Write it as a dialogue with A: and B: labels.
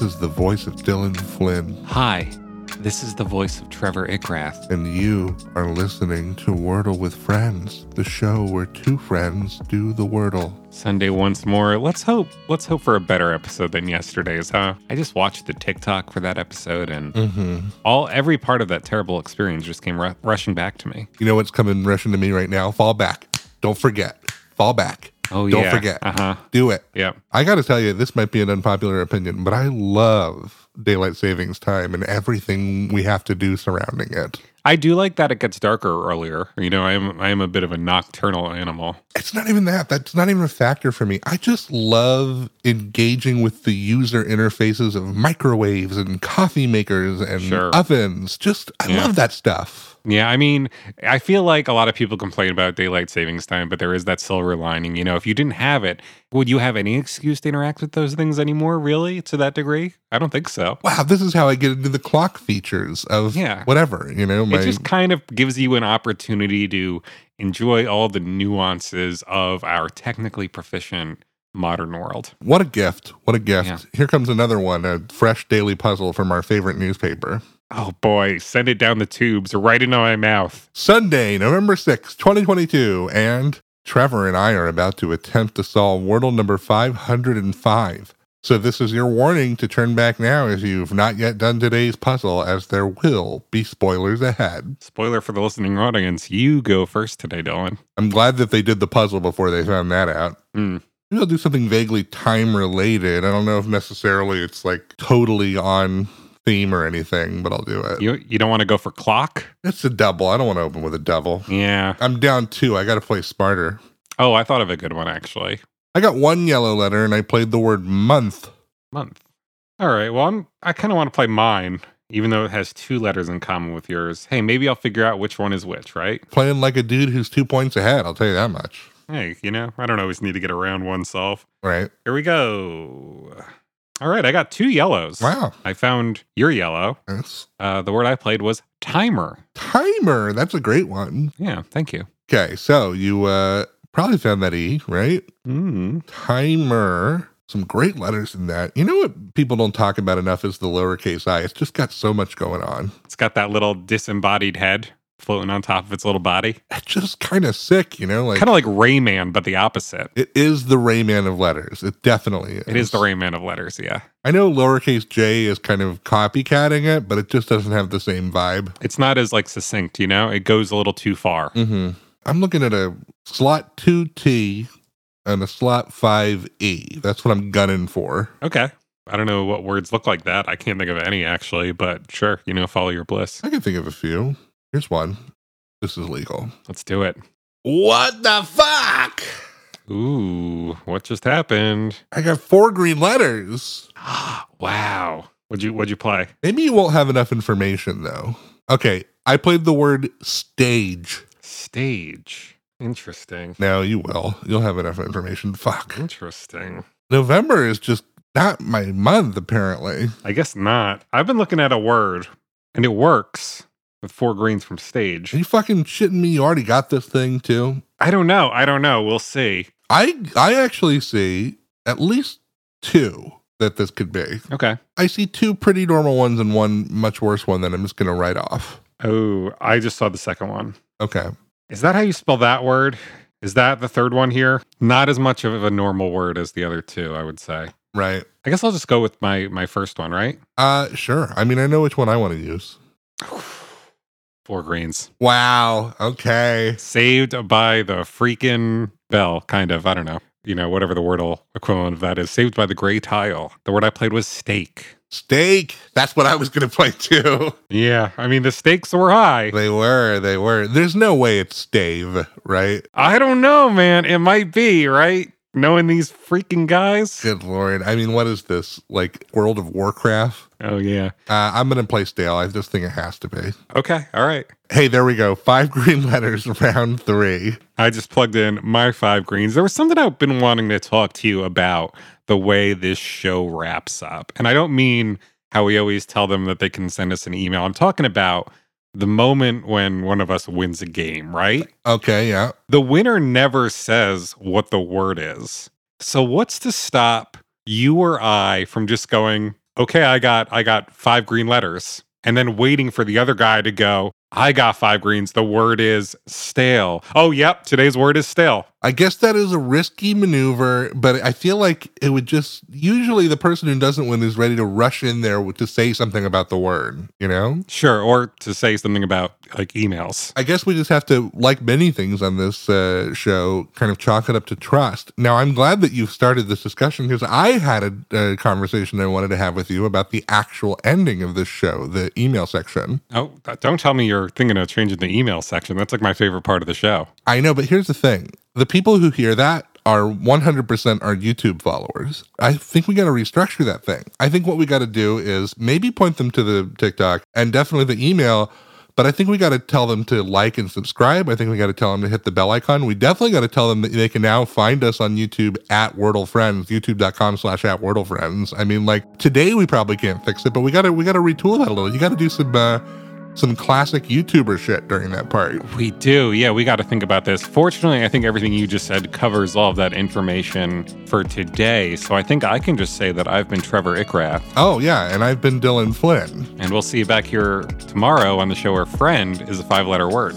A: is the voice of Dylan Flynn,
B: Hi, this is the voice of Trevor Ickrath.
A: and you are listening to Wordle with Friends, the show where two friends do the Wordle.
B: Sunday once more. Let's hope. Let's hope for a better episode than yesterday's, huh? I just watched the TikTok for that episode, and all every part of that terrible experience just came ru- rushing back to me.
A: You know what's coming rushing to me right now? Fall back. Don't forget. Fall back.
B: Oh
A: Don't
B: yeah.
A: forget.
B: Uh huh.
A: Do it.
B: Yep.
A: I got to tell you, this might be an unpopular opinion, but I love daylight savings time and everything we have to do surrounding it.
B: I do like that it gets darker earlier. You know, I am I am a bit of a nocturnal animal.
A: It's not even that. That's not even a factor for me. I just love engaging with the user interfaces of microwaves and coffee makers and
B: Sure.
A: ovens. Just, I
B: Yeah.
A: love that stuff.
B: Yeah, I mean, I feel like a lot of people complain about daylight savings time, but there is that silver lining. You know, if you didn't have it, would you have any excuse to interact with those things anymore, really, to that degree? I don't think so.
A: Wow, this is how I get into the clock features of
B: Yeah.
A: whatever, you know, my
B: It just kind of gives you an opportunity to enjoy all the nuances of our technically proficient modern world.
A: What a gift. What a gift.
B: Yeah.
A: Here comes another one, a fresh daily puzzle from our favorite newspaper.
B: Oh boy, send it down the tubes right into my mouth.
A: Sunday, November 6th, 2022. And Trevor and I are about to attempt to solve Wordle number 505. So, this is your warning to turn back now if you've not yet done today's puzzle, as there will be spoilers ahead.
B: Spoiler for the listening audience, you go first today, Dylan.
A: I'm glad that they did the puzzle before they found that out.
B: Hmm.
A: Maybe I'll do something vaguely time related. I don't know if necessarily it's like totally on theme or anything, but I'll do it.
B: You you don't want to go for clock?
A: It's a double. I don't want to open with a double.
B: Yeah.
A: I'm down two. I got to play smarter.
B: Oh, I thought of a good one actually.
A: I got one yellow letter and I played the word month.
B: Month. All right. Well, I'm I kind of want to play mine, even though it has two letters in common with yours. Hey, maybe I'll figure out which one is which, right?
A: Playing like a dude who's two points ahead. I'll tell you that much.
B: Hey, you know, I don't always need to get around oneself.
A: Right.
B: Here we go. All right, I got two yellows.
A: Wow.
B: I found your yellow.
A: That's
B: Uh, the word I played was timer.
A: timer. That's a great one.
B: Yeah, thank you.
A: Okay. So you uh, probably found that E, right?
B: Mm.
A: Timer. Some great letters in that. You know what people don't talk about enough is the lowercase i. It's just got so much going on.
B: It's got that little disembodied head floating on top of its little body.
A: It's just kind of sick, you know? Like,
B: Kind of like Rayman, but the opposite.
A: it is the Rayman of letters. It definitely is.
B: It is the Rayman of letters, yeah.
A: I know lowercase j is kind of copycatting it, but it just doesn't have the same vibe.
B: It's not as like succinct, you know? It goes a little too far.
A: Mm-hmm. I'm looking at a slot 2T and a slot 5E. That's what I'm gunning for.
B: Okay. I don't know what words look like that. I can't think of any actually, but sure, you know, follow your bliss.
A: I can think of a few. Here's one. This is legal.
B: Let's do it.
A: What the fuck?
B: Ooh, what just happened?
A: I got four green letters.
B: wow. What'd you what'd you play?
A: Maybe you won't have enough information though. Okay, I played the word stage.
B: Stage. Interesting.
A: Now you will. You'll have enough information. Fuck.
B: Interesting.
A: November is just not my month, apparently.
B: I guess not. I've been looking at a word and it works with four greens from stage.
A: Are you fucking shitting me? You already got this thing too?
B: I don't know. I don't know. We'll see.
A: I I actually see at least two that this could be.
B: Okay.
A: I see two pretty normal ones and one much worse one that I'm just gonna write off.
B: Oh, I just saw the second one.
A: Okay.
B: Is that how you spell that word? Is that the third one here? Not as much of a normal word as the other two, I would say.
A: Right.
B: I guess I'll just go with my my first one, right?
A: Uh sure. I mean I know which one I want to use.
B: Four greens.
A: Wow. Okay.
B: Saved by the freaking bell, kind of. I don't know. You know, whatever the wordle equivalent of that is. Saved by the gray tile. The word I played was stake.
A: Steak. That's what I was gonna play too.
B: Yeah, I mean the stakes were high.
A: They were, they were. There's no way it's stave, right?
B: I don't know, man. It might be, right? Knowing these freaking guys.
A: Good lord. I mean, what is this? Like World of Warcraft?
B: Oh yeah.
A: Uh, I'm gonna play stale. I just think it has to be.
B: Okay, all right.
A: Hey, there we go. Five green letters, round three.
B: I just plugged in my five greens. There was something I've been wanting to talk to you about the way this show wraps up. And I don't mean how we always tell them that they can send us an email. I'm talking about the moment when one of us wins a game, right?
A: Okay, yeah.
B: The winner never says what the word is. So, what's to stop you or I from just going, okay, I got I got five green letters, and then waiting for the other guy to go, I got five greens. The word is stale. Oh, yep, today's word is stale.
A: I guess that is a risky maneuver, but I feel like it would just usually the person who doesn't win is ready to rush in there to say something about the word, you know?
B: Sure, or to say something about like emails.
A: I guess we just have to, like many things on this uh, show, kind of chalk it up to trust. Now, I'm glad that you've started this discussion because I had a, a conversation I wanted to have with you about the actual ending of this show, the email section.
B: Oh, don't tell me you're thinking of changing the email section. That's like my favorite part of the show.
A: I know, but here's the thing the people who hear that are 100% our YouTube followers. I think we got to restructure that thing. I think what we got to do is maybe point them to the TikTok and definitely the email. But I think we got to tell them to like and subscribe. I think we got to tell them to hit the bell icon. We definitely got to tell them that they can now find us on YouTube at Wordle Friends, youtube.com slash at Wordle Friends. I mean, like today we probably can't fix it, but we got to, we got to retool that a little. You got to do some, uh, some classic YouTuber shit during that part.
B: We do. Yeah, we got to think about this. Fortunately, I think everything you just said covers all of that information for today. So I think I can just say that I've been Trevor Ickrath.
A: Oh, yeah. And I've been Dylan Flynn.
B: And we'll see you back here tomorrow on the show where friend is a five letter word.